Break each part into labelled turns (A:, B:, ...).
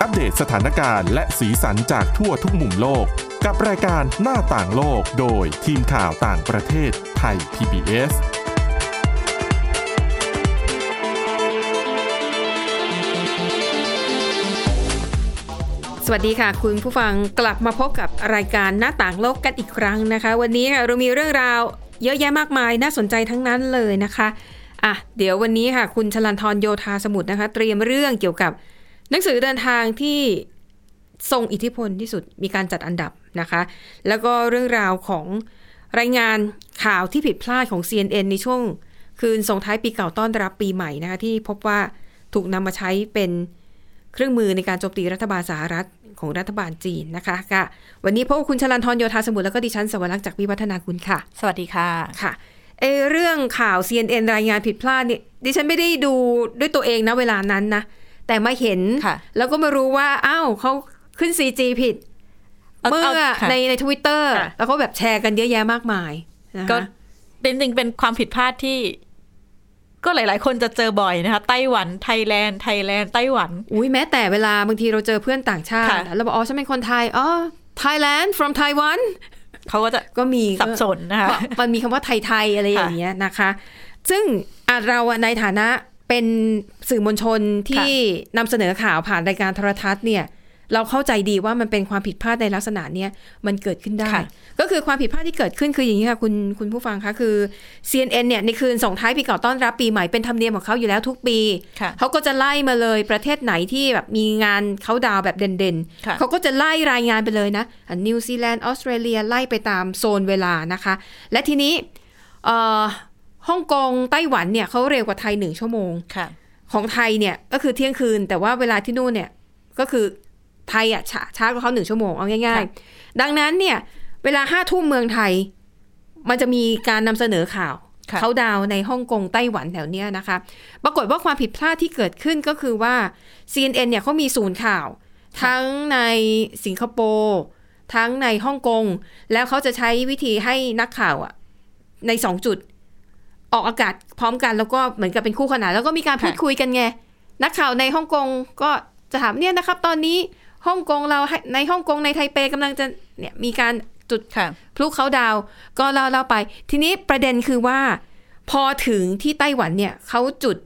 A: อัปเดตสถานการณ์และสีสันจากทั่วทุกมุมโลก กับรายการหน้าต่างโลกโดยทีมข่าวต่างประเทศไทย PBS
B: สวัสดีค่ะ คุณผู้ฟังกลับมาพบกับรายการหน้าต่างโลกกันอีกครั้งนะคะ วันนี้ค่ะเรามีเรื่องราวเยอะแยะมากมายน่าสนใจทั้งนั้นเลยนะคะอ่ะเดี๋ยววันนี้ค่ะ คุณชลันทรโยธาสมุทรนะคะ เตรียมเรื่องเกี่ยวกับ หนังสือเดินทางที่ทรงอิทธิพลที่สุดมีการจัดอันดับนะคะ แล้วก็เรื่องราวของรายงานข่าวที่ผิดพลาดของ CNN ในช่วง คืนส่งท้ายปีเก่าต้อนรับปีใหม่นะคะ ที่พบว่าถูกนำมาใช้เป็น เครื่องมือในการโจมตีรัฐบาลสหรัฐของรัฐบาลจีนนะคะค่ะวันนี้พบกับคุณชลันทรโยธาสมุทรแล้วก็ดิฉันสวรักษ์จากวิวัฒนาคุณค่ะ
C: สวัสดีค่ะ
B: ค่ะเออเรื่องข่าว CNN รายงานผิดพลาดเนี่ยดิฉันไม่ได้ดูด้วยตัวเองนะเวลานั้นนะ แต่มาเห็น
C: ค่ะ
B: แล้วก็มารู้ว่าอ้าวเขาขึ้น 4G ผิด
C: า
B: เมื่อา
C: ค่ะ
B: ในในทวิตเตอร์
C: ค่ะ
B: แล้วก็แบบแชร์กันเยอะแยะมากมายนะคะ
C: ก็เป็นจริงๆเป็นความผิดพลาดที่ ก็หลาย ๆ คนจะเจอบ่อยนะคะ ไต้หวันไทยแลนด์ไทยแลนด์ไต้หวัน
B: อุ้ยแม้แต่เวลาบางทีเราเจอเพื่อนต่างชาติ
C: ค่ะ
B: อะเราบอกอ๋อฉันเป็นคนไทยอ๋อ Thailand from Taiwan
C: เขาก็จะ
B: ก็มี
C: สับสนนะคะ
B: ก็มันมีคำว่าไทย ๆ อะไรอย่างเงี้ยนะคะ ซึ่งอ่ะเราอะในฐานะเป็นสื่อมวลชนที่นำเสนอข่าวผ่านรายการโทรทัศน์เนี่ย เราเข้าใจดีว่ามันเป็นความผิดพลาดในลักษณะเนี้ยมันเกิดขึ้นได้
C: ค่ะ
B: ก็คือความผิดพลาดที่เกิดขึ้นคืออย่างนี้ค่ะคุณคุณผู้ฟังคะคือ CNN เนี่ยในคืนส่งท้ายปีเก่าต้อนรับปีใหม่เป็นธรรมเนียมของเขาอยู่แล้วทุกปี
C: ค่ะ
B: เขาก็จะไล่มาเลยประเทศไหนที่แบบมีงานเขาดาวน์แบบเด่น
C: ค่ะ
B: ๆ เขาก็จะไล่รายงานไปเลยนะนิวซีแลนด์ออสเตรเลียไล่ไปตามโซนเวลานะคะ และทีนี้เอ่อฮ่องกงไต้หวันเนี่ยเขาเร็วกว่าไทยหนึ่งชั่วโมง
C: ค่ะ
B: ของไทยเนี่ยก็คือเที่ยงคืน แต่ว่าเวลาที่นู่นเนี่ยก็คือไทยอ่ะช้าช้ากว่าเขาหนึ่งชั่วโมงเอาง่าย
C: ค่ะ
B: ๆ ดังนั้นเนี่ยเวลาห้าทุ่มเมืองไทย มันจะมีการนำเสนอข่าว
C: ค่ะ
B: เขาดาวน์ในฮ่องกงไต้หวันแถวเนี้ยนะคะ ปรากฏว่าความผิดพลาดที่เกิดขึ้นก็คือว่า CNN เนี่ยเขามีศูนย์ข่าว ทั้งในสิงคโปร์ทั้งในฮ่องกง แล้วเขาจะใช้วิธีให้นักข่าวอะในสองจุด ออกอากาศพร้อมกันแล้วก็เหมือนกับเป็นคู่ขนานแล้วก็มีการพูด
C: ค่ะ
B: คุยกันไง นักข่าวในฮ่องกงก็จะถามเนี่ยนะครับ ตอนนี้ฮ่องกงเราให้ในฮ่องกงในไทเปกำลังจะเนี่ยมีการจุด
C: ค่ะ
B: พลุเขาดาวก็เล่าเล่าไป ทีนี้ประเด็นคือว่า พอถึงที่ไต้หวันเนี่ยเขาจุด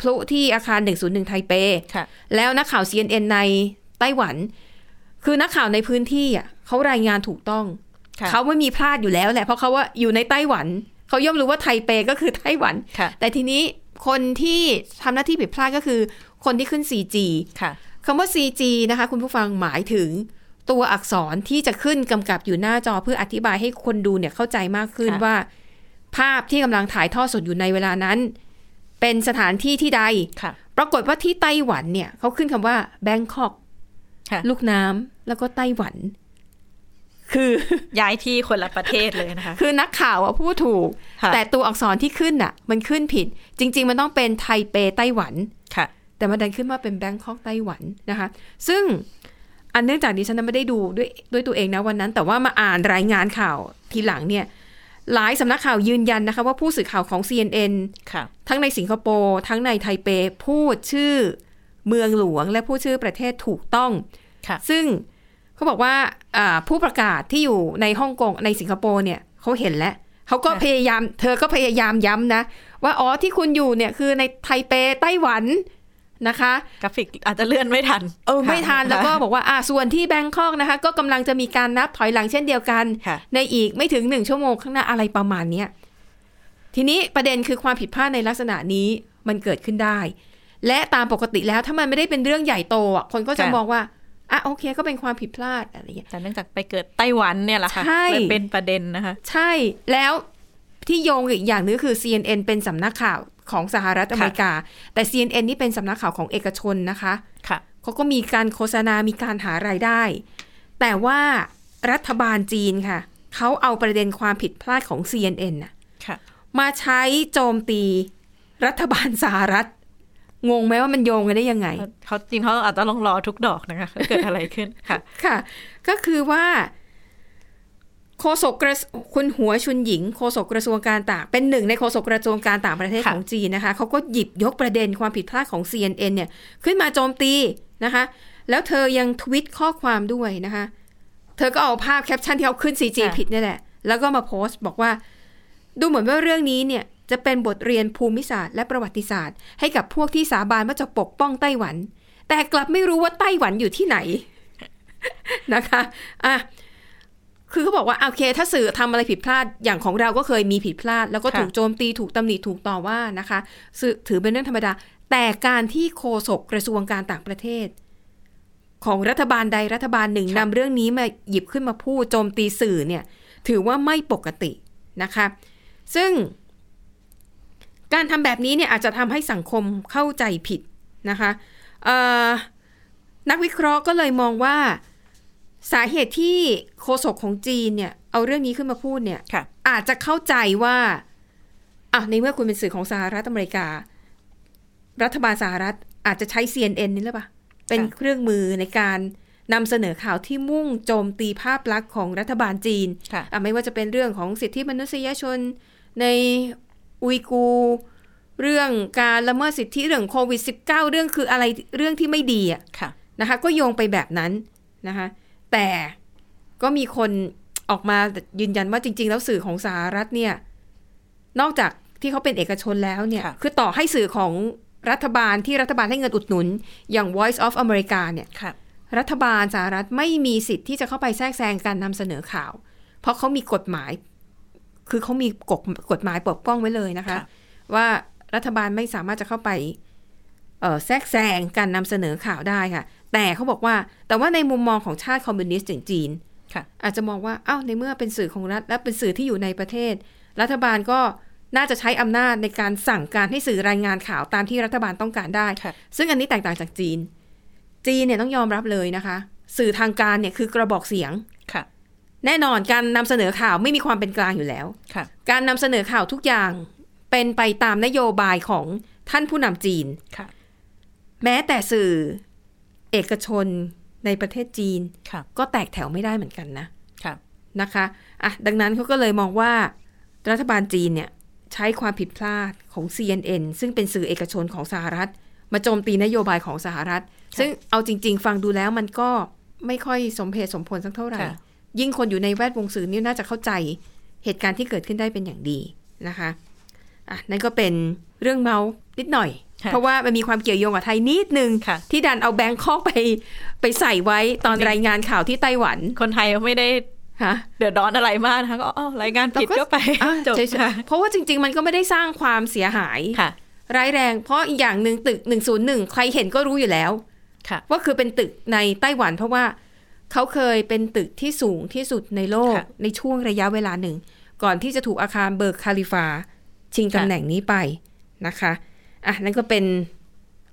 B: พลุที่อาคาร 101 ไทเป
C: ค่ะ
B: แล้วนักข่าว CNN ในไต้หวัน คือนักข่าวในพื้นที่อ่ะเขารายงานถูกต้อง
C: ค่ะ
B: เขาไม่มีพลาดอยู่แล้วแหละเพราะเขาว่าอยู่ในไต้หวัน เขาย่อมรู้ว่าไทเปก็คือไต้หวัน
C: ค่ะ
B: แต่ทีนี้คนที่ทำหน้าที่ผิดพลาดก็คือคนที่ขึ้น 4G
C: ค่ะ
B: คำว่า CG นะคะ คุณผู้ฟังหมายถึงตัวอักษรที่จะขึ้นกำกับอยู่หน้าจอเพื่ออธิบายให้คนดูเนี่ยเข้าใจมากขึ้น
C: ค่ะ
B: ว่า ภาพที่กำลังถ่ายทอดสดอยู่ในเวลานั้น เป็นสถานที่ที่ใด
C: ค่ะ
B: ปรากฏว่าที่ไต้หวันเนี่ยเขาขึ้นคำว่าแบงคอก
C: ค่ะ
B: ลูกน้ำแล้วก็ไต้หวัน คือ
C: ย้ายที่คนละประเทศเลยนะคะ
B: คือนักข่าวอะพูดถูก
C: ค่ะ
B: แต่ตัวอักษรที่ขึ้นน่ะ มันขึ้นผิด จริง ๆ มันต้องเป็นไทเปไต้หวัน
C: ค่ะ
B: แต่มันดันขึ้นมาเป็นแบงคอกไต้หวันนะคะ ซึ่งอันเนื่องจากดิฉันนะไม่ได้ดูด้วยด้วยตัวเองนะวันนั้น แต่ว่ามาอ่านรายงานข่าวทีหลังเนี่ย หลายสำนักข่าวยืนยันนะคะ ว่าผู้สื่อข่าวของ CNN
C: ค่ะ
B: ทั้งในสิงคโปร์ทั้งในไทเป พูดชื่อเมืองหลวง และพูดชื่อประเทศถูกต้อง
C: ค่ะ
B: ซึ่งเขาบอกว่าอ่าผู้ประกาศที่อยู่ในฮ่องกงในสิงคโปร์เนี่ยเขาเห็นแล้วเขาก็
C: ค่ะ
B: พยายาม เธอก็พยายามย้ำนะ ว่าอ๋อที่คุณอยู่เนี่ยคือในไทเปไต้หวันนะคะ
C: กราฟิกอาจจะเลื่อนไม่ทัน
B: เออไม่ทัน
C: ค่ะ
B: แล้วก็บอกว่าอ่ะส่วนที่แบงคอกนะคะ ก็กำลังจะมีการนับถอยหลังเช่นเดียวกัน
C: ค่ะ
B: ในอีกไม่ถึงหนึ่งชั่วโมงข้างหน้าอะไรประมาณเนี้ยทีนี้ประเด็นคือความผิดพลาดในลักษณะนี้มันเกิดขึ้นได้ และตามปกติแล้วถ้ามันไม่ได้เป็นเรื่องใหญ่โตอ่ะคนก็จะมองว่าอ่ะโอเค ก็เป็นความผิดพลาดอะไรอย่างเงี้ย
C: แต่เนื่องจากไปเกิดไต้หวันเนี่ยแหละค่ะ
B: ใช่
C: เลยเป็นประเด็นนะคะ
B: ใช่แล้วที่โยงอีกอย่างนึงคือ CNN เป็นสำนักข่าวของสหรัฐอเมริกา แต่ CNN นี่เป็นสำนักข่าวของเอกชนนะคะ
C: ค่ะ
B: เขาก็มีการโฆษณา มีการหารายได้ แต่ว่ารัฐบาลจีนค่ะ เขาเอาประเด็นความผิดพลาดของ CNN น่ะ
C: ค่ะ
B: มาใช้โจมตีรัฐบาลสหรัฐ งงไหมว่ามันโยงกันได้ยังไง
C: เขาจริงเขาอาจจะลองรอทุกดอกนะคะ ว่าเกิดอะไรขึ้น ค่ะ
B: ค่ะ ก็คือว่าโฆษกกระทรวงคุณหัวชุนหญิงโฆษกกระทรวงการต่าง เป็นหนึ่งในโฆษกกระทรวงการต่างประเทศ
C: ค่ะ
B: ของจีนนะคะเขาก็หยิบยกประเด็นความผิดพลาดของ CNN เนี่ย ขึ้นมาโจมตีนะคะ แล้วเธอยังทวิตข้อความด้วยนะคะ เธอก็เอาภาพแคปชั่นที่เขาขึ้น 4G
C: ค่ะ
B: ผิดเนี่ยแหละ แล้วก็มาโพสต์บอกว่า ดูเหมือนว่าเรื่องนี้เนี่ยจะเป็นบทเรียนภูมิศาสตร์และประวัติศาสตร์ ให้กับพวกที่สาบานว่าจะปกป้องไต้หวัน แต่กลับไม่รู้ว่าไต้หวันอยู่ที่ไหน นะคะอ่ะคือเขาบอกว่าโอเค ถ้าสื่อทำอะไรผิดพลาดอย่างของเราก็เคยมีผิดพลาด แล้วก็
C: ค่ะ
B: ถูกโจมตีถูกตำหนิถูกต่อว่านะคะสื่อถือเป็นเรื่องธรรมดา แต่การที่โฆษกกระทรวงการต่างประเทศ ของรัฐบาลใดรัฐบาลหนึ่งนำเรื่องนี้มาหยิบขึ้นมาพูดโจมตีสื่อเนี่ย ถือว่าไม่ปกตินะคะ ซึ่ง การทำแบบนี้เนี่ยอาจจะทำให้สังคมเข้าใจผิดนะคะเอ่อนักวิเคราะห์ก็เลยมองว่าสาเหตุที่โฆษกของจีนเนี่ย เอาเรื่องนี้ขึ้นมาพูดเนี่ย
C: ค่ะ
B: อาจจะเข้าใจว่าอ่ะในเมื่อคุณเป็นสื่อของสหรัฐอเมริกา รัฐบาลสหรัฐอาจจะใช้ CNN นี่หรือเปล่า เป็น
C: ค่ะ
B: เครื่องมือในการนำเสนอข่าวที่มุ่งโจมตีภาพลักษณ์ของรัฐบาลจีน
C: ค่ะ
B: อ่ะไม่ว่าจะเป็นเรื่องของสิทธิมนุษยชนในอุยกูร์เรื่องการละเมิดสิทธิเรื่องโควิด -19 เรื่องคืออะไรเรื่องที่ไม่ดีอะ
C: ค่ะ
B: นะคะก็โยงไปแบบนั้นนะคะแต่ก็มีคนออกมายืนยันว่าจริง ๆ แล้วสื่อของสหรัฐเนี่ยนอกจากที่เขาเป็นเอกชนแล้วเนี่ย
C: ค่ะ
B: คือต่อให้สื่อของรัฐบาลที่รัฐบาลให้เงินอุดหนุน อย่าง Voice of America เนี่ย
C: ค่ะ
B: รัฐบาลสหรัฐไม่มีสิทธิ์ที่จะเข้าไปแทรกแซงการนำเสนอข่าว เพราะเขามีกฎหมาย คือเขามีกฎกฎหมายปกป้องไว้เลยนะคะ
C: ค่ะ
B: ว่ารัฐบาลไม่สามารถจะเข้าไป เอ่อแทรกแซงการนำเสนอข่าวได้ค่ะ แต่เขาบอกว่า แต่ว่าในมุมมองของชาติคอมมิวนิสต์อย่างจีน
C: ค่ะ
B: อาจจะมองว่าอ้าวในเมื่อเป็นสื่อของรัฐ และเป็นสื่อที่อยู่ในประเทศ รัฐบาลก็น่าจะใช้อำนาจในการสั่งการให้สื่อรายงานข่าวตามที่รัฐบาลต้องการได้
C: ค่ะ
B: ซึ่งอันนี้แตกต่างจากจีน จีนเนี่ยต้องยอมรับเลยนะคะ สื่อทางการเนี่ยคือกระบอกเสียง
C: ค่ะ
B: แน่นอนการนำเสนอข่าวไม่มีความเป็นกลางอยู่แล้ว
C: ค่ะ
B: การนำเสนอข่าวทุกอย่างเป็นไปตามนโยบายของท่านผู้นำจีน
C: ค่ะ
B: แม้แต่สื่อเอกชนในประเทศจีน
C: ค่ะ
B: ก็แตกแถวไม่ได้เหมือนกันนะ
C: ค่ะ
B: นะคะอ่ะดังนั้นเขาก็เลยมองว่ารัฐบาลจีนเนี่ยใช้ความผิดพลาดของ CNN ซึ่งเป็นสื่อเอกชนของสหรัฐ มาโจมตีนโยบายของสหรัฐ ซึ่งเอาจริง ๆ ฟังดูแล้วมันก็ไม่ค่อยสมเหตุสมผลสักเท่าไหร่
C: ค่ะ
B: ยิ่งคนอยู่ในแวดวงสื่อนี่น่าจะเข้าใจเหตุการณ์ที่เกิดขึ้นได้เป็นอย่างดีนะคะอ่ะนั่นก็เป็นเรื่องเมาส์นิดหน่อย
C: ค่ะ
B: เพราะว่ามันมีความเกี่ยวโยงกับไทยนิดนึง
C: ค่ะ
B: ที่ดันเอาแบงคอกไปไปใส่ไว้ตอนรายงานข่าวที่ไต้หวัน
C: คนไทยไม่ได้
B: ค่ะ
C: เดือดร้อนอะไรมากนะคะก็อ๋อรายงานผิดก็ไป
B: อ่ะ
C: จบ
B: เฉยๆ
C: ค่ะ
B: เพราะว่าจริง ๆ มันก็ไม่ได้สร้างความเสียหาย
C: ค่ะ
B: ร้ายแรง เพราะอีกอย่างหนึ่งตึก 101 ใครเห็นก็รู้อยู่แล้ว
C: ค่ะ
B: ว่าคือเป็นตึกในไต้หวันเพราะว่าเขาเคยเป็นตึกที่สูงที่สุดในโลก
C: ค่ะ
B: ในช่วงระยะเวลาหนึ่ง ก่อนที่จะถูกอาคารเบิร์กคาลิฟา ชิงตำ
C: ค่ะ
B: แหน่งนี้ไปนะคะอ่ะนั่นก็เป็น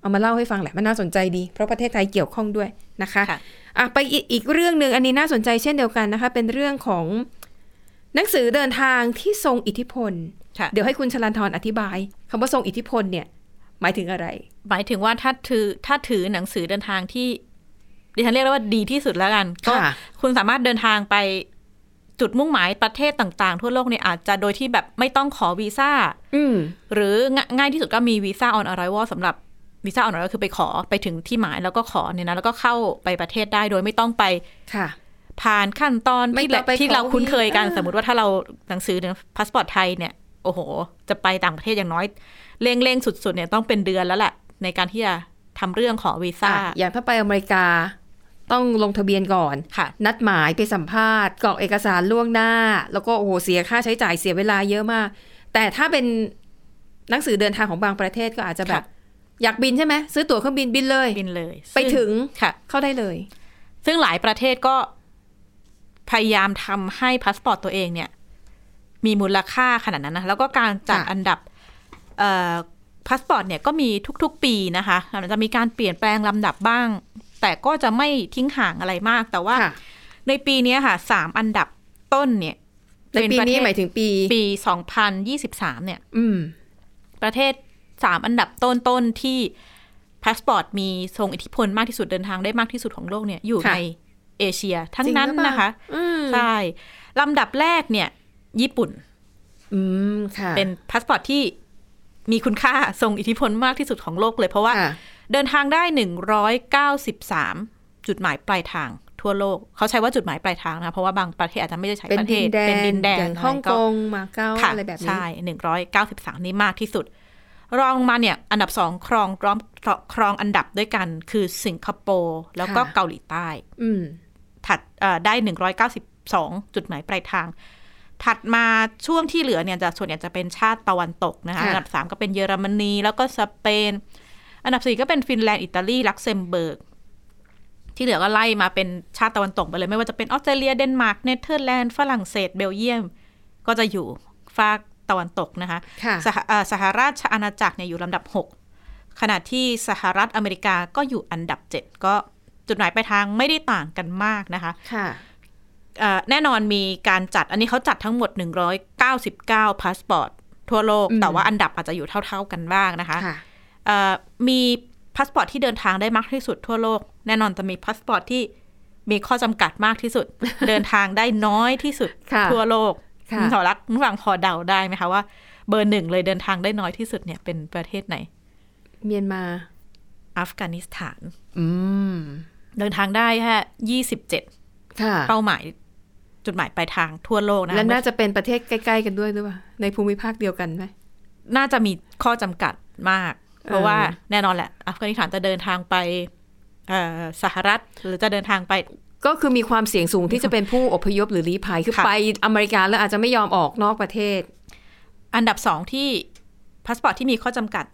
B: เอามาเล่าให้ฟังแหละ มันน่าสนใจดี เพราะประเทศไทยเกี่ยวข้องด้วยนะคะ
C: ค่ะ
B: อ่ะไปอีกอีกเรื่องหนึ่งอันนี้น่าสนใจเช่นเดียวกันนะคะ เป็นเรื่องของหนังสือเดินทางที่ทรงอิทธิพล
C: ค่ะ
B: เดี๋ยวให้คุณชลันทรอธิบายคำว่าทรงอิทธิพลเนี่ย หมายถึงอะไร
C: หมายถึงว่าถ้าถือถ้าถือหนังสือเดินทางที่ดิฉันเรียกได้ว่าดีที่สุดแล้วกันก็
B: ค่ะ
C: คุณสามารถเดินทางไปจุดมุ่งหมายประเทศต่างๆ ทั่วโลกเนี่ยอาจจะโดยที่แบบไม่ต้องขอวีซ่า
B: อืม
C: หรือง่าง่ายที่สุดก็มีวีซ่าออนอ r ร i v a l สำหรับวีซ่าออนอ r ร i v a l คือไปขอไปถึงที่หมายแล้วก็ขอเนี่ยนะแล้วก็เข้าไปประเทศได้โดยไม่ต้องไป
B: ค่ะ
C: ผ่านขั้นตอน
B: ไม่
C: ที่
B: ต้องไป
C: ที่เรา
B: ขอวี
C: คุ้นเคยกัน
B: เออ
C: สมมติว่าถ้าเราหนังสือพาสปอร์ตไทยเนี่ยโอ้โห จะไปต่างประเทศอย่างน้อยเร่งเร่งสุดๆเนี่ยต้องเป็นเดือนแล้วแหละในการที่จะทำเรื่องขอวีซ่า
B: อ่ะอย่างถ้าไปอเมริกาต้องลงทะเบียนก่อน
C: ค่ะ
B: นัดหมายไปสัมภาษณ์กรอกเอกสารล่วงหน้า แล้วก็โอ้โหเสียค่าใช้จ่ายเสียเวลาเยอะมาก แต่ถ้าเป็นหนังสือเดินทางของบางประเทศก็อาจจะแบบ
C: ค่ะ
B: อยากบินใช่ไหมซื้อตั๋วเครื่องบินบินเลย
C: บินเลย
B: ไป
C: ซึ่
B: ถึง
C: ค่ะ
B: เข้าได้เลย
C: ซึ่งหลายประเทศก็พยายามทำให้พาสปอร์ตตัวเองเนี่ย มีมูลค่าขนาดนั้นนะแล้วก็การจัด
B: ค่ะ
C: อันดับเอ่อพาสปอร์ตเนี่ยก็มีทุกๆปีนะคะมันจะมีการเปลี่ยนแปลงลำดับบ้าง แต่ก็จะไม่ทิ้งห่างอะไรมาก แต่ว่า
B: ค่ะ
C: ในปีเนี้ยค่ะสามอันดับต้นเนี่ย
B: ในปีนี้
C: เระเทศ
B: หมายถึงปี
C: ปีสองพันยี่สิบสามเนี่ย
B: อืม
C: ประเทศสามอันดับต้นๆที่พาสปอร์ตมีทรงอิทธิพลมากที่สุดเดินทางได้มากที่สุดของโลกเนี่ยอยู่
B: ค่ะ
C: ในเอเชีย ทั้งนั้น
B: จริหรือเปล่า
C: นะคะ
B: อืม
C: ใช่ ลำดับแรกเนี่ย ญี่ปุ่น
B: อืมค่ะ
C: เป็นพาสปอร์ตที่มีคุณค่าทรงอิทธิพลมากที่สุดของโลกเลย เพราะว่า
B: ค่ะ
C: เดินทางได้ 193 จุดหมายปลายทางทั่วโลก เขาใช้ว่าจุดหมายปลายทางนะ เพราะว่าบางประเทศอาจจะไม่ได้ใช้
B: เป็น
C: ประเท
B: ดิ
C: ศ
B: นแด
C: เป็น
B: น
C: ดินแดน
B: อย่างฮ่อง
C: ะไร
B: กงมาเก๊า
C: ค่ะ
B: อะไรแบบนี้
C: ใช่หนึ่งร้อยเก้าสิบสามนี่มากที่สุด รองลงมาเนี่ยอันดับสองครองร้อมครองอันดับด้วยกันคือสิงคโปร์แล้วก็เกาหลีใต้
B: อืม
C: ถัดเอ่อได้หนึ่งร้อยเก้าสิบสองจุดหมายปลายทาง ถัดมาช่วงที่เหลือเนี่ยจะส่วนใหญ่จะเป็นชาติตะวันตกนะคะอันดับสามก็เป็นเยอรมนีแล้วก็สเปน อันดับสี่ก็เป็นฟินแลนด์อิตาลีลักเซมเบิร์ก ที่เหลือก็ไล่มาเป็นชาติตะวันตกไปเลย ไม่ว่าจะเป็นออสเตรเลียเดนมาร์กเนเธอร์แลนด์ฝรั่งเศสเบลเยียม ก็จะอยู่ฝากตะวันตกนะคะ
B: ค่ะ
C: สหเอ่อสหราชอาณาจักรเนี่ยอยู่ลำดับ 6 ขณะที่สหรัฐอเมริกาก็อยู่อันดับ 7 ก็จุดหมายปลายทางไม่ได้ต่างกันมากนะคะ
B: ค่ะ
C: เอ่อแน่นอนมีการจัดอันนี้เขาจัดทั้งหมด 199พาสปอร์ตทั่วโลก
B: อืม
C: แต่ว่าอันดับอาจจะอยู่เท่าๆกันบ้างนะคะ
B: ค่ะ
C: เอ่อมีพาสปอร์ตที่เดินทางได้มากที่สุดทั่วโลก แน่นอนจะมีพาสปอร์ตที่มีข้อจำกัดมากที่สุ ด เดินทางได้น้อยที่สุด
B: ค่ะ
C: ทั่วโลก
B: ค่ะ
C: คุณสาวรักคุณฟังพอเดาได้ไหมคะว่าเบอร์หนึ่งเลยเดินทางได้น้อยที่สุดเนี่ยเป็นประเทศไหน
B: เมียนมา
C: อัฟกานิสถาน
B: อืม
C: เดินทางได้แค่ยี่สิบเจ็ด
B: ค่ะ
C: เป้าหมาย จุดหมายปลายทางทั่วโลกนะคะ
B: และน่าจะเป็นประเทศใกล้ ๆ กันด้วยหรือเปล่า ในภูมิภาคเดียวกันไหม
C: น่าจะมีข้อจำกัดมาก
B: เออ
C: เพราะว่าแน่นอนแหละ อัฟกานิสถานจะเดินทางไปเอ่อสหรัฐหรือจะเดินทางไป
B: ก็คือมีความเสี่ยงสูงที่จะเป็นผู้อพยพหรือลี้ภัยคือ
C: ค่ะ
B: ไปอเมริกาแล้วอาจจะไม่ยอมออกนอกประเทศ
C: อันดับสองที่พาสปอร์ตที่มีข้อจำกัด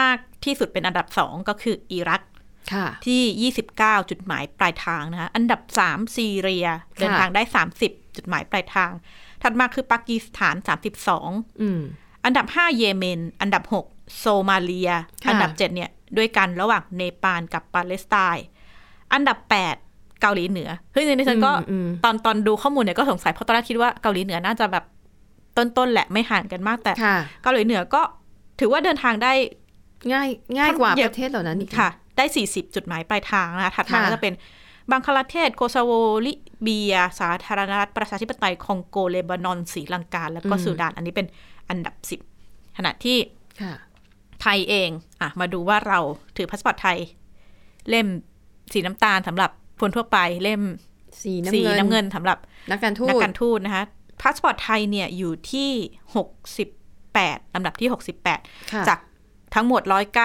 C: มากที่สุดเป็นอันดับสองก็คืออิรัก
B: ค่ะ
C: ที่ 29 จุดหมายปลายทางนะคะ อันดับ 3 ซีเรีย เดินทางได้ 30 จุดหมายปลายทาง ถัดมาคือปากีสถาน 32
B: อืม
C: อันดับ 5 เยเมน อันดับ 6 โซมาเลีย
B: ค่ะ
C: อันดับ 7 เนี่ยด้วยกันระหว่างเนปาลกับปาเลสไตน์ อันดับ 8 เกาหลีเหนือ เฮ้ยในฉันก็
B: อืม
C: ตอนตอนดูข้อมูลเนี่ยก็สงสัยเพราะตอนแรกคิดว่าเกาหลีเหนือน่าจะแบบต้นๆแหละไม่ห่างกันมากแต่
B: อืมค่ะ
C: เกาหลีเหนือก็ถือว่าเดินทางได้
B: ง่ายง่ายกว่า
C: เย
B: ป
C: อะ
B: ระเทศเหล่านั้นอีก
C: ค่ะ ได้ 40 จุดหมายปลายทางนะคะถัดมา
B: ค่ะ
C: ก็จะเป็นบังคลาเทศ โคซาโว ลิเบีย สาธารณรัฐ ประชาธิปไตย คองโก เลบานอนศรีลังกา แล้วก็สุดาน อันนี้เป็นอันดับ 10 ขณะที่
B: ค่ะ
C: ไทยเองอ่ะมาดูว่าเราถือพาสปอร์ตไทย เล่มสีน้ำตาลสำหรับคนทั่วไป เล่ม
B: สีน้ำ
C: สี
B: เงิน
C: น้ำเงินสำหรับ
B: นักการทูต
C: นักการทูตนะคะ พาสปอร์ตไทยเนี่ยอยู่ที่ 68ลำดับที่ 68
B: ค่ะ
C: จากทั้งหมด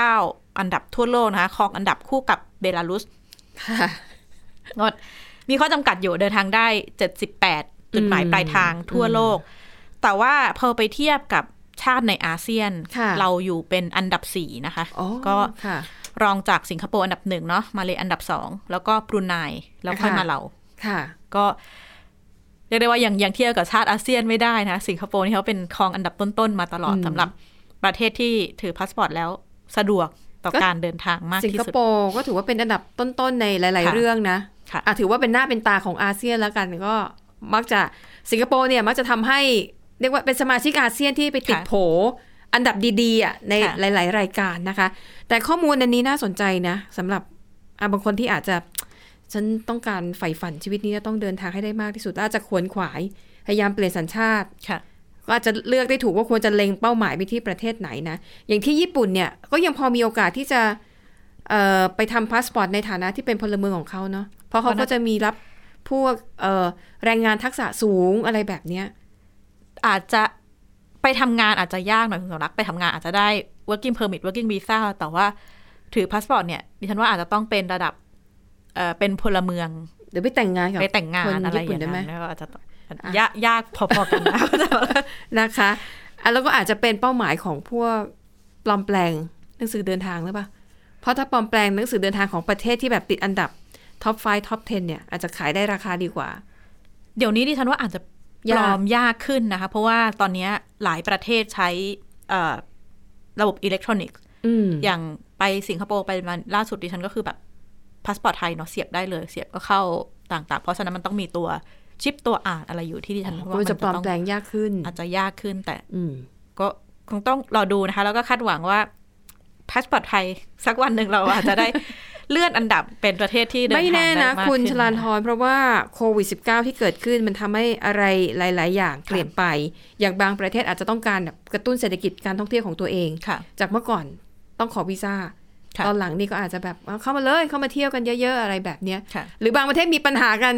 C: 109 อันดับทั่วโลกนะคะครองอันดับคู่กับเบลารุส
B: ค่ะ
C: งดมีข้อจำกัดอยู่เดินทางได้ 78 จุดหมายปลายทางทั่วโลก แต่ว่าพอไปเทียบกับชาติในอาเซียน
B: ค่ะ
C: เราอยู่เป็นอันดับ 4 นะคะ
B: อ๋อ
C: ก็
B: ค่ะ
C: รองจากสิงคโปร์อันดับหนึ่งเนาะมาเลยอันดับ 2 แล้วก็บรูไนแล้วค่อย
B: ค่ะ
C: มาเรา
B: ค่ะ
C: ก็เรียกได้ว่ายังยังเทียบกับชาติอาเซียนไม่ได้นะ สิงคโปร์นี่เขาเป็นครองอันดับต้น ๆ มาตลอด
B: อืม
C: สำหรับประเทศที่ถือพาสปอร์ตแล้วสะดวกต่อการเดินทางมาก
B: สิง
C: ที่
B: ค
C: สุด
B: โปร์ก็ถือว่าเป็นอันดับต้น ๆ ในหลาย ๆ
C: ค่ะ
B: เรื่องนะ
C: ค่ะ
B: อ่ะถือว่าเป็นหน้าเป็นตาของอาเซียนแล้วกันก็มักจะสิงคโปร์เนี่ยมักจะทำให้เรียกว่าเป็นสมาชิกอาเซียนที่ไปติด
C: ค่ะ
B: โผอันดับดีๆอ่ะใน
C: ค่ะ
B: หลาย ๆ รายการนะคะ แต่ข้อมูลอันนี้น่าสนใจนะสำหรับอ่ะบางคนที่อาจจะฉันต้องการใฝ่ฝันชีวิตนี้จะต้องเดินทางให้ได้มากที่สุดแล้วอาจจะขวนขวายพยายามเปลี่ยนสัญชาติ
C: ค่ะ
B: ก็อาจจะเลือกได้ถูกว่าควรจะเล็งเป้าหมายไปที่ประเทศไหนนะ อย่างที่ญี่ปุ่นเนี่ยก็ยังพอมีโอกาสที่จะเอ่อไปทำพาสปอร์ตในฐานะที่เป็นพลเมืองของเขาเนาะ เพราะเขา
C: เพราะ
B: ก็
C: น่า
B: จะมีรับพวกเอ่อแรงงานทักษะสูงอะไรแบบเนี้ย
C: อาจจะไปทำงานอาจจะยากหน่อยคุณสมรักไปทำงานอาจจะได้ working permit working visa แต่ว่าถือพาสปอร์ตเนี่ยดิฉันว่าอาจจะต้องเป็นระดับเอ่อเป็นพลเมือง
B: เดี๋ยวไปแต่งงานกับ
C: ไปแต่งงาน
B: คน
C: อะไร
B: ญี่
C: อ
B: ปุ่น
C: ย่าง
B: ได้ไหม
C: นั้นก็อาจจะต้อง
B: อ่ะ
C: ยากยากพอๆกันนะ
B: นะคะอ่ะแล้วก็อาจจะเป็นเป้าหมายของพวกปลอมแปลงหนังสือเดินทางหรือเปล่า เพราะถ้าปลอมแปลงหนังสือเดินทางของประเทศที่แบบติดอันดับท็อป5ท็อป10เนี่ยอาจจะขายได้ราคาดีกว่า
C: เดี๋ยวนี้ดิฉันว่าอาจจะป
B: ยาก
C: ลอมยากขึ้นนะคะ เพราะว่าตอนเนี้ยหลายประเทศใช้เอ่อระบบอิเล็กทรอนิกส์
B: อืม
C: อย่างไปสิงคโปร์ไปมาล่าสุดดิฉันก็คือแบบพาสปอร์ตไทยเนาะเสียบได้เลย เสียบก็เข้าต่างๆ เพราะฉะนั้นมันต้องมีตัวชิปตัวอ่านอะไรอยู่ที่ดิฉันว่า
B: ก็
C: มัน
B: จะ
C: จะ
B: ปลอม
C: ต้อง
B: แปลงยากขึ้น
C: อาจจะยากขึ้น แต่
B: อืม
C: ก็คงต้องรอดูนะคะ แล้วก็คาดหวังว่าพาสปอร์ตไทยสักวันหนึ่งเราอาจจะได้ เลื่อนอันดับเป็นประเทศที่เดินทาง
B: ไม่แน่นะ
C: ได้มาก
B: คุณ
C: ขึ้
B: ชลาน
C: นะ
B: ท
C: คะ
B: รเพราะว่าโควิด -19 ที่เกิดขึ้นมันทำให้อะไรหลาย ๆ อย่างเปลี่ยนไป อย่างบางประเทศอาจจะต้องการแบบกระตุ้นเศรษฐกิจการท่องเที่ยวของตัวเอง
C: ค่ะ
B: จากเมื่อก่อนต้องขอวีซ่า
C: ค่ะ
B: ตอนหลังนี่ก็อาจจะแบบเอาเข้ามาเลยเข้ามาเที่ยวกันเยอะๆอะไรแบบเนี้ย
C: ค่ะ
B: หรือบางประเทศมีปัญหากัน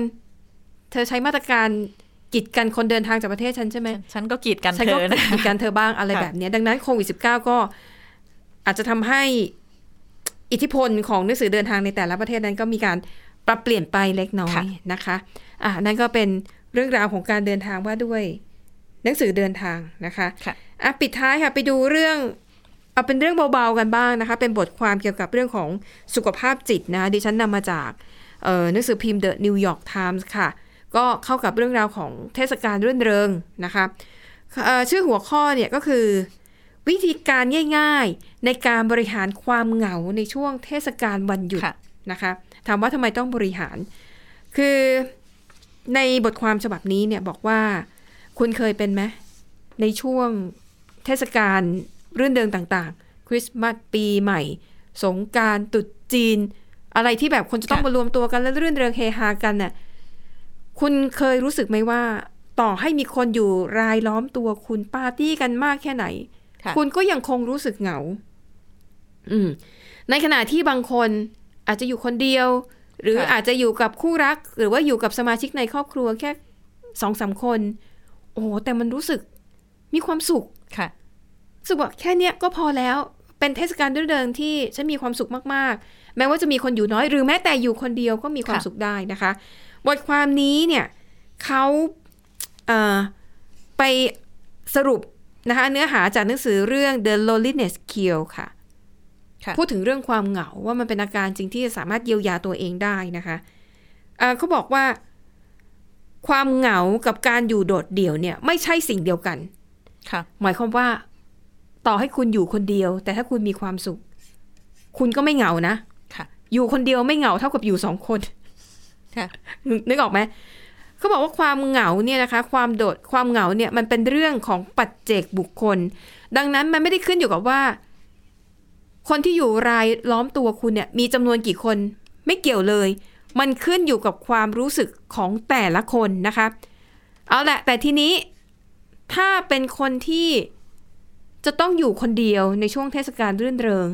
B: เธอใช้มาตรการกีดกันคนเดินทางจากประเทศฉันใช่ไหม
C: ฉันก็กีดกัน
B: ฉัน
C: เธ
B: ก็
C: อนะ
B: กีดกันเธอบ้างอะไร
C: ค่ะ
B: แบบเนี้ยดังนั้นโควิด -19 ก็อาจจะทำให้อิทธิพลของหนังสือเดินทางในแต่ละประเทศนั้นก็มีการปรับเปลี่ยนไปเล็กน้อยนะคะอ่ะนั่นก็เป็นเรื่องราวของการเดินทางว่าด้วยหนังสือเดินทางนะคะ
C: ค่ะ
B: อ่ะปิดท้ายค่ะไปดูเรื่องเอาเป็นเรื่องเบาๆกันบ้างนะคะ เป็นบทความเกี่ยวกับเรื่องของสุขภาพจิตนะคะดิฉันนำมาจากเอ่อหนังสือพิมพ์ The New York Times ค่ะ ก็เข้ากับเรื่องราวของเทศกาลรื่นเริงนะคะเอ่อชื่อหัวข้อเนี่ยก็คือ วิธีการง่ายๆ ในการบริหารความเหงาในช่วงเทศกาลวันหยุด
C: ค่ะ
B: นะคะถามว่าทำไมต้องบริหาร คือในบทความฉบับนี้เนี่ยบอกว่าคุณเคยเป็นไหมในช่วงเทศกาลเรื่องเดิงต่างๆ คริสต์มาสปีใหม่ สงกรารตรุษจีน อะไรที่แบบคนจะต้อง
C: ค่ะ
B: มารวมตัวกัน แล้วเรื่องเริงเฮฮากันน่ะคุณเคยรู้สึกไหมว่า ต่อให้มีคนอยู่รายล้อมตัวคุณปาร์ตี้กันมากแค่ไหน
C: ค่ะ
B: คุณก็ยังคงรู้สึกเหงา อืม ในขณะที่บางคนอาจจะอยู่คนเดียว หรือ
C: ค่ะ
B: อาจจะอยู่กับคู่รัก หรือว่าอยู่กับสมาชิกในครอบครัวแค่สองสามคน โอ้โหแต่มันรู้สึกมีความสุข
C: ค่ะ
B: รู้สึกว่าแค่เนี้ยก็พอแล้วเป็นเทศกาลรื่นเริงที่ฉันมีความสุขมากๆ แม้ว่าจะมีคนอยู่น้อยหรือแม้แต่อยู่คนเดียวก็มีความ
C: ค่ะ
B: สุขได้นะคะ บทความนี้เนี่ยเขาเอ่อไปสรุปนะคะเนื้อหาจากหนังสือเรื่อง The Loneliness Cure ค่ะ
C: ค่ะ
B: พูดถึงเรื่องความเหงาว่ามันเป็นอาการจริงที่สามารถเยียวยาตัวเองได้นะคะเอ่อเขาบอกว่า ความเหงากับการอยู่โดดเดี่ยวเนี่ยไม่ใช่สิ่งเดียวกัน
C: ค่ะ
B: หมายความว่าต่อให้คุณอยู่คนเดียว แต่ถ้าคุณมีความสุข คุณก็ไม่เหงานะ
C: ค่ะ
B: อยู่คนเดียวไม่เหงาเท่ากับอยู่สองคน
C: ค่ะ
B: นึกนึกออกไหมเขาบอกว่าความเหงาเนี่ยนะคะ ความโดดความเหงาเนี่ยมันเป็นเรื่องของปัจเจกบุคคล ดังนั้นมันไม่ได้ขึ้นอยู่กับว่า คนที่อยู่รายล้อมตัวคุณเนี่ย มีจำนวนกี่คน ไม่เกี่ยวเลย มันขึ้นอยู่กับความรู้สึกของแต่ละคนนะคะ เอาแหละ แต่ทีนี้ถ้าเป็นคนที่จะต้องอยู่คนเดียวในช่วงเทศกาลรื่นเริง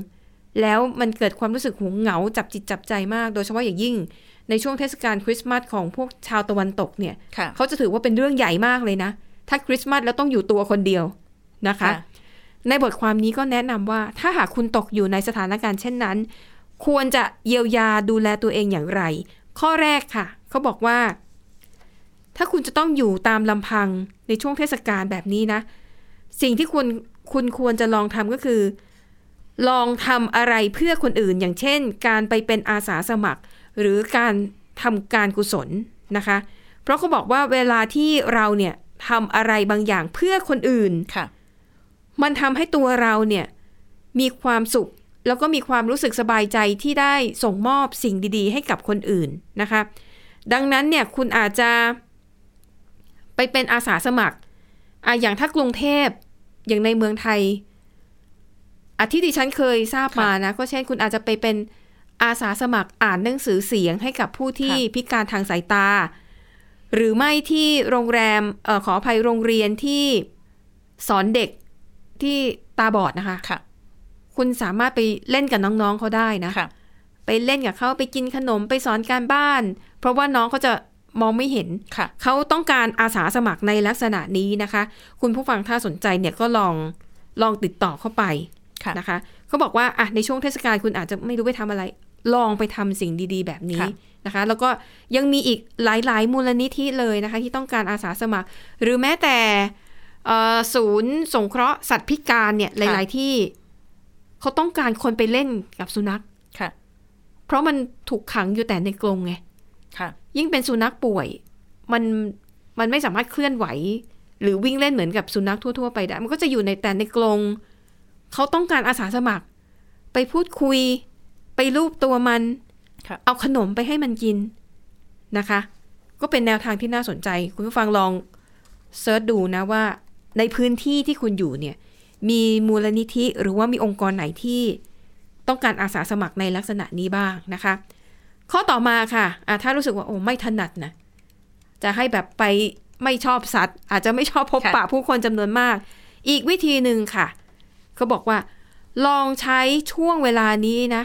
B: แล้วมันเกิดความรู้สึกหงเหงาจับจิตจับใจมาก โดยเฉพาะอย่างยิ่ง ในช่วงเทศกาลคริสต์มาสของพวกชาวตะวันตกเนี่ย
C: ค่ะ
B: เขาจะถือว่าเป็นเรื่องใหญ่มากเลยนะ ถ้าคริสต์มาสแล้วต้องอยู่ตัวคนเดียวนะคะ ในบทความนี้ก็แนะนำว่า ถ้าหากคุณตกอยู่ในสถานการณ์เช่นนั้น ควรจะเยียวยาดูแลตัวเองอย่างไร ข้อแรกค่ะ เขาบอกว่า ถ้าคุณจะต้องอยู่ตามลำพังในช่วงเทศกาลแบบนี้นะ สิ่งที่คุณคุณควรจะลองทำก็คือ ลองทำอะไรเพื่อคนอื่น อย่างเช่น การไปเป็นอาสาสมัคร หรือการทำการกุศลนะคะ เพราะเขาบอกว่าเวลาที่เราเนี่ยทำอะไรบางอย่างเพื่อคนอื่น
C: ค่ะ
B: มันทำให้ตัวเราเนี่ยมีความสุข แล้วก็มีความรู้สึกสบายใจที่ได้ส่งมอบสิ่งดีๆ ให้กับคนอื่นนะคะ ดังนั้นเนี่ยคุณอาจจะไปเป็นอาสาสมัครอะอย่างถ้ากรุงเทพอย่างในเมืองไทยอะที่ดิฉันเคยทราบมานะก็เช่นคุณอาจจะไปเป็นอาสาสมัครอ่านหนังสือเสียงให้กับผู้ที่
C: ค่ะ
B: พิการทางสายตา หรือไม่ที่โรงแรมเออขออภัยโรงเรียนที่สอนเด็กที่ตาบอดนะคะ
C: ค่ะ
B: คุณสามารถไปเล่นกับน้องๆเขาได้นะ
C: ค่ะ
B: ไปเล่นกับเขาไปกินขนมไปสอนการบ้าน เพราะว่าน้องเขาจะมองไม่เห็น
C: ค่ะ
B: เขาต้องการอาสาสมัครในลักษณะนี้นะคะ คุณผู้ฟังถ้าสนใจเนี่ยก็ลองลองติดต่อเข้าไป
C: ค่ะ
B: นะคะเขาบอกว่าอ่ะในช่วงเทศกาลคุณอาจจะไม่รู้ไปทำอะไร ลองไปทำสิ่งดีๆ แบบนี้
C: ค่ะ
B: นะคะ แล้วก็ยังมีอีกหลายๆ มูลนิธิเลยนะคะ ที่ต้องการอาสาสมัคร หรือแม้แต่เอ่อศูนย์สงเคราะห์สัตว์พิการเนี่ยหลาย ๆ ที่เขาต้องการคนไปเล่นกับสุนัข
C: ค่ะ
B: เพราะมันถูกขังอยู่แต่ในกรงไง
C: ค่ะ
B: ยิ่งเป็นสุนัขป่วย มันมันไม่สามารถเคลื่อนไหว หรือวิ่งเล่นเหมือนกับสุนัขทั่ว ๆ ไปได้ มันก็จะอยู่ในแต่ในกรงเขาต้องการอาสาสมัคร ไปพูดคุย ไปรูปตัวมัน
C: ค่ะ
B: เอาขนมไปให้มันกินนะคะ ก็เป็นแนวทางที่น่าสนใจ คุณผู้ฟังลองเซิร์ชดูนะว่า ในพื้นที่ที่คุณอยู่เนี่ย มีมูลนิธิหรือว่ามีองค์กรไหนที่ต้องการอาสาสมัครในลักษณะนี้บ้างนะคะ ข้อต่อมาค่ะอ่ะ ถ้ารู้สึกว่าโอ้ไม่ถนัดนะ จะให้แบบไปไม่ชอบสัตว์ อาจจะไม่ชอบพบ
C: ค่ะ
B: ปะผู้คนจำนวนมาก อีกวิธีหนึ่งค่ะ เขาบอกว่า ลองใช้ช่วงเวลานี้นะ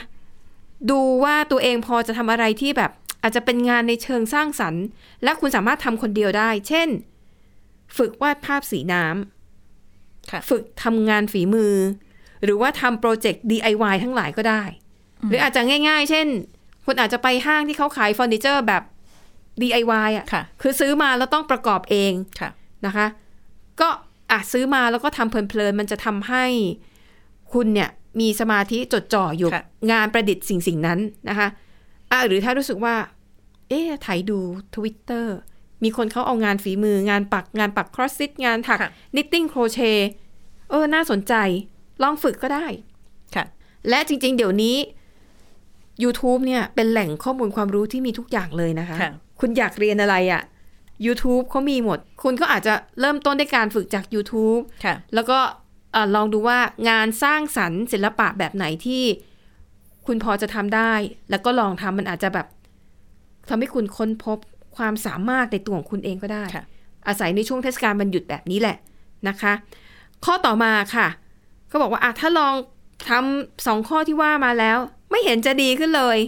B: ดูว่าตัวเองพอจะทำอะไรที่แบบอาจจะเป็นงานในเชิงสร้างสรรค์ และคุณสามารถทำคนเดียวได้ เช่น ฝึกวาดภาพสีน้
C: ค่ะ
B: ำฝึกทำงานฝีมือ หรือว่าทำโปรเจกต์ DIY ทั้งหลายก็ได้ หรืออาจจะง่าย ๆ เช่น คุณอาจจะไปห้างที่เขาขายเฟอร์นิเจอร์แบบ DIY อ่ะ
C: ค่ะ
B: คือซื้อมาแล้วต้องประกอบเอง
C: ค่ะ
B: นะคะ ก็อ่ะซื้อมาแล้วก็ทำเพลินๆมันจะทำให้คุณเนี่ยมีสมาธิจดจ่ออยู่
C: ค่ะ
B: งานประดิษฐ์สิ่งสิ่งๆนั้นนะคะอ่ะหรือถ้ารู้สึกว่า เอ๊ะไถ่ายดูทวิตเตอร์มีคนเขาเอางานฝีมืองานปักงานปักครอสซิตงานถัก
C: ค่ะ
B: นิตติ้งโครเชต์เออ น่าสนใจ ลองฝึกก็ได้
C: ค่ะ
B: และจริง ๆ เดี๋ยวนี้ YouTube เนี่ยเป็นแหล่งข้อมูลความรู้ที่มีทุกอย่างเลยนะคะ
C: ค่ะ
B: คุณอยากเรียนอะไรอะ YouTube เขามีหมด คุณก็อาจจะเริ่มต้นด้วยการฝึกจาก YouTube
C: ค่ะ
B: แล้วก็เอ่อลองดูว่างานสร้างสรรค์ศิลปะแบบไหนที่คุณพอจะทำได้ แล้วก็ลองทำมันอาจจะแบบทำให้คุณค้นพบความสามารถในตัวของคุณเองก็ได้
C: ค่ะ
B: อาศัยในช่วงเทศกาลวันหยุดแบบนี้แหละนะคะ ข้อต่อมาค่ะเขาบอกว่า อ่ะถ้าลองทำสองข้อที่ว่ามาแล้ว ไม่เห็นจะดีขึ้นเลย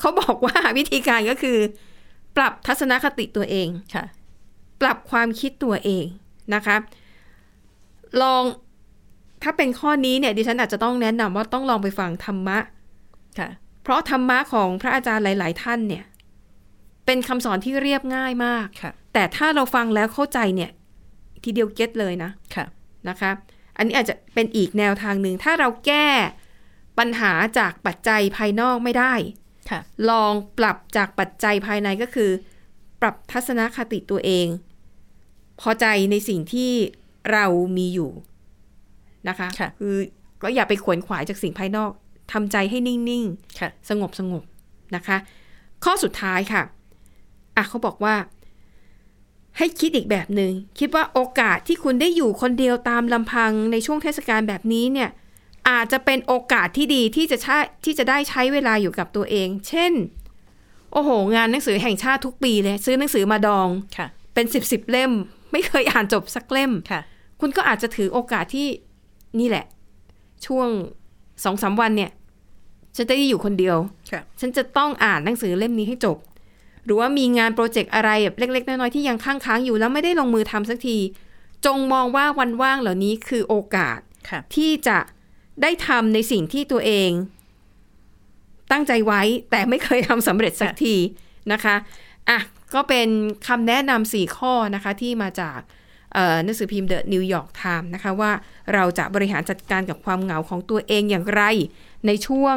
B: เขาบอกว่า วิธีการก็คือ ปรับทัศนคติตัวเอง
C: ค่ะ
B: ปรับความคิดตัวเองนะคะ ลองถ้าเป็นข้อนี้เนี่ยดิฉันอาจจะต้องแนะนำว่าต้องลองไปฟังธรรมะ
C: ค่ะ
B: เพราะธรรมะของพระอาจารย์หลาย ๆ ท่านเนี่ย เป็นคำสอนที่เรียบง่ายมาก
C: ค่ะ
B: แต่ถ้าเราฟังแล้วเข้าใจเนี่ยทีเดียวเก็ตเลยนะ
C: ค่ะ
B: นะคะ อันนี้อาจจะเป็นอีกแนวทางหนึ่งถ้าเราแก้ปัญหาจากปัจจัยภายนอกไม่ได้
C: ค่ะ
B: ลองปรับจากปัจจัยภายในก็คือ ปรับทัศนคติตัวเอง พอใจในสิ่งที่เรามีอยู่นะคะ
C: ค่ะ
B: อก็อย่าไปขวนขวายจากสิ่งภายนอกทำใจให้นิ่ง
C: ค่ะ
B: ๆ สงบสงบนะคะ ข้อสุดท้ายค่ะ อ่ะเขาบอกว่า ให้คิดอีกแบบหนึง่งคิดว่าโอกาสที่คุณได้อยู่คนเดียวตามลำพังในช่วงเทศกาลแบบนี้เนี่ย อาจจะเป็นโอกาสที่ดีที่จะใช้ที่จะได้ใช้เวลาอยู่กับตัวเอง เช่น โอ้โห งานหนังสือแห่งชาติทุกปีเลย ซื้อหนังสือมาดอง
C: ค่ะ
B: เป็นสิบสิบเล่ม ไม่เคยอ่านจบสักเล่ม
C: ค่ะ
B: คุณก็อาจจะถือโอกาสที่นี่แหละ ช่วงสองสามวันเนี่ยฉันจะได้อยู่คนเดียว
C: ค่ะ
B: ฉันจะต้องอ่านหนังสือเล่มนี้ให้จบ หรือว่ามีงานโปรเจกต์อะไรแบบเล็ก ๆ น้อยๆที่ยังค้างค้างๆอยู่แล้วไม่ได้ลงมือทำสักที จงมองว่าวันว่างเหล่านี้คือโอกาส
C: ค่ะ
B: ที่จะได้ทำในสิ่งที่ตัวเอง ตั้งใจไว้แต่ไม่เคยทำสำเร็จสักทีนะคะอ่ะก็เป็นคำแนะนำสี่ข้อนะคะที่มาจากเอ่อหนังสือพิมพ์ The New York Times นะคะว่าเราจะบริหารจัดการกับความเหงาของตัวเองอย่างไร ในช่วง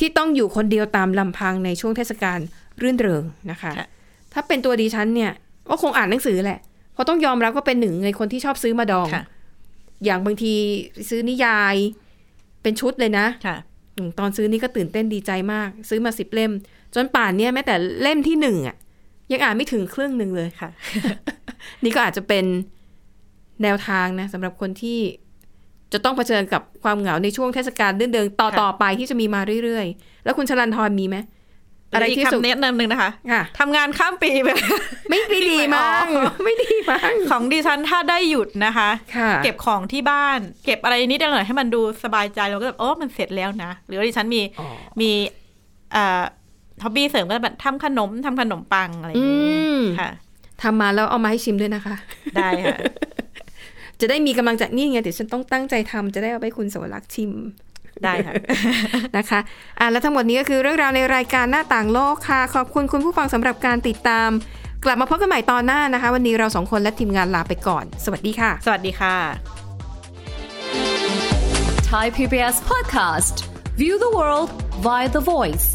B: ที่ต้องอยู่คนเดียวตามลำพังในช่วงเทศกาลรื่นเริงนะคะ
C: ค่ะ
B: ถ้าเป็นตัวดิฉันเนี่ยก็คงอ่านหนังสือแหละ เพราะต้องยอมรับว่าเป็นหนึ่งในคนที่ชอบซื้อมาดอง
C: ค่ะ
B: อย่างบางทีซื้อนิยายเป็นชุดเลยนะ
C: ค่ะ
B: อืมตอนซื้อนี่ก็ตื่นเต้นดีใจมาก ซื้อมาสิบเล่ม จนป่านเนี่ยแม้แต่เล่มที่หนึ่งอ่ะยังอ่านไม่ถึงครึ่งหนึ่งเลย
C: ค่ะ
B: นี่ก็อาจจะเป็นแนวทางนะสำหรับคนที่จะต้องเผชิญกับความเหงาในช่วงเทศกาลเดือนเดิงต่อ
C: ค่ะ
B: ต่อไปที่จะมีมาเรื่อยๆ แล้วคุณชลันทรมีไหม อะไร
C: อีก
B: ที่สุด
C: คำแนะนำหนึ่งนะคะ
B: ค่ะ
C: ทำงานข้ามปีไป
B: ไม่ไม่ดีมั้ง
C: ไม่ออก
B: ไม่ดีมั้ง
C: ของดิฉันถ้าได้หยุดนะคะ
B: ค่ะ
C: เก็บของที่บ้าน เก็บอะไรนิดหน่อยให้มันดูสบายใจเราก็แบบโอ้มันเสร็จแล้วนะ หรือว่าดิฉันมีมีเอ่อฮอบบี้เสริมก็แบบทำขนมทำขนมปังอะไรอย่า
B: อื
C: งนี้
B: ม
C: ค่ะ
B: ทำมาแล้วเอามาให้ชิมด้วยนะคะ
C: ได้ค่ะ
B: จะได้มีกำลังใจนี่ไงเดี๋ยวฉันต้องตั้งใจทำจะได้เอาไปให้คุณสวรักษ์ชิม
C: ได้ ค่ะ
B: นะคะอ่ะและทั้งหมดนี้ก็คือเรื่องราวในรายการหน้าต่างโลกค่ะ ขอบคุณคุณผู้ฟังสำหรับการติดตาม กลับมาพบกันใหม่ตอนหน้านะคะ วันนี้เราสองคนและทีมงานลาไปก่อน สวัสดีค่ะ
C: สวัสดีค่ะ
D: Thai PBS podcast. View the world via the voice.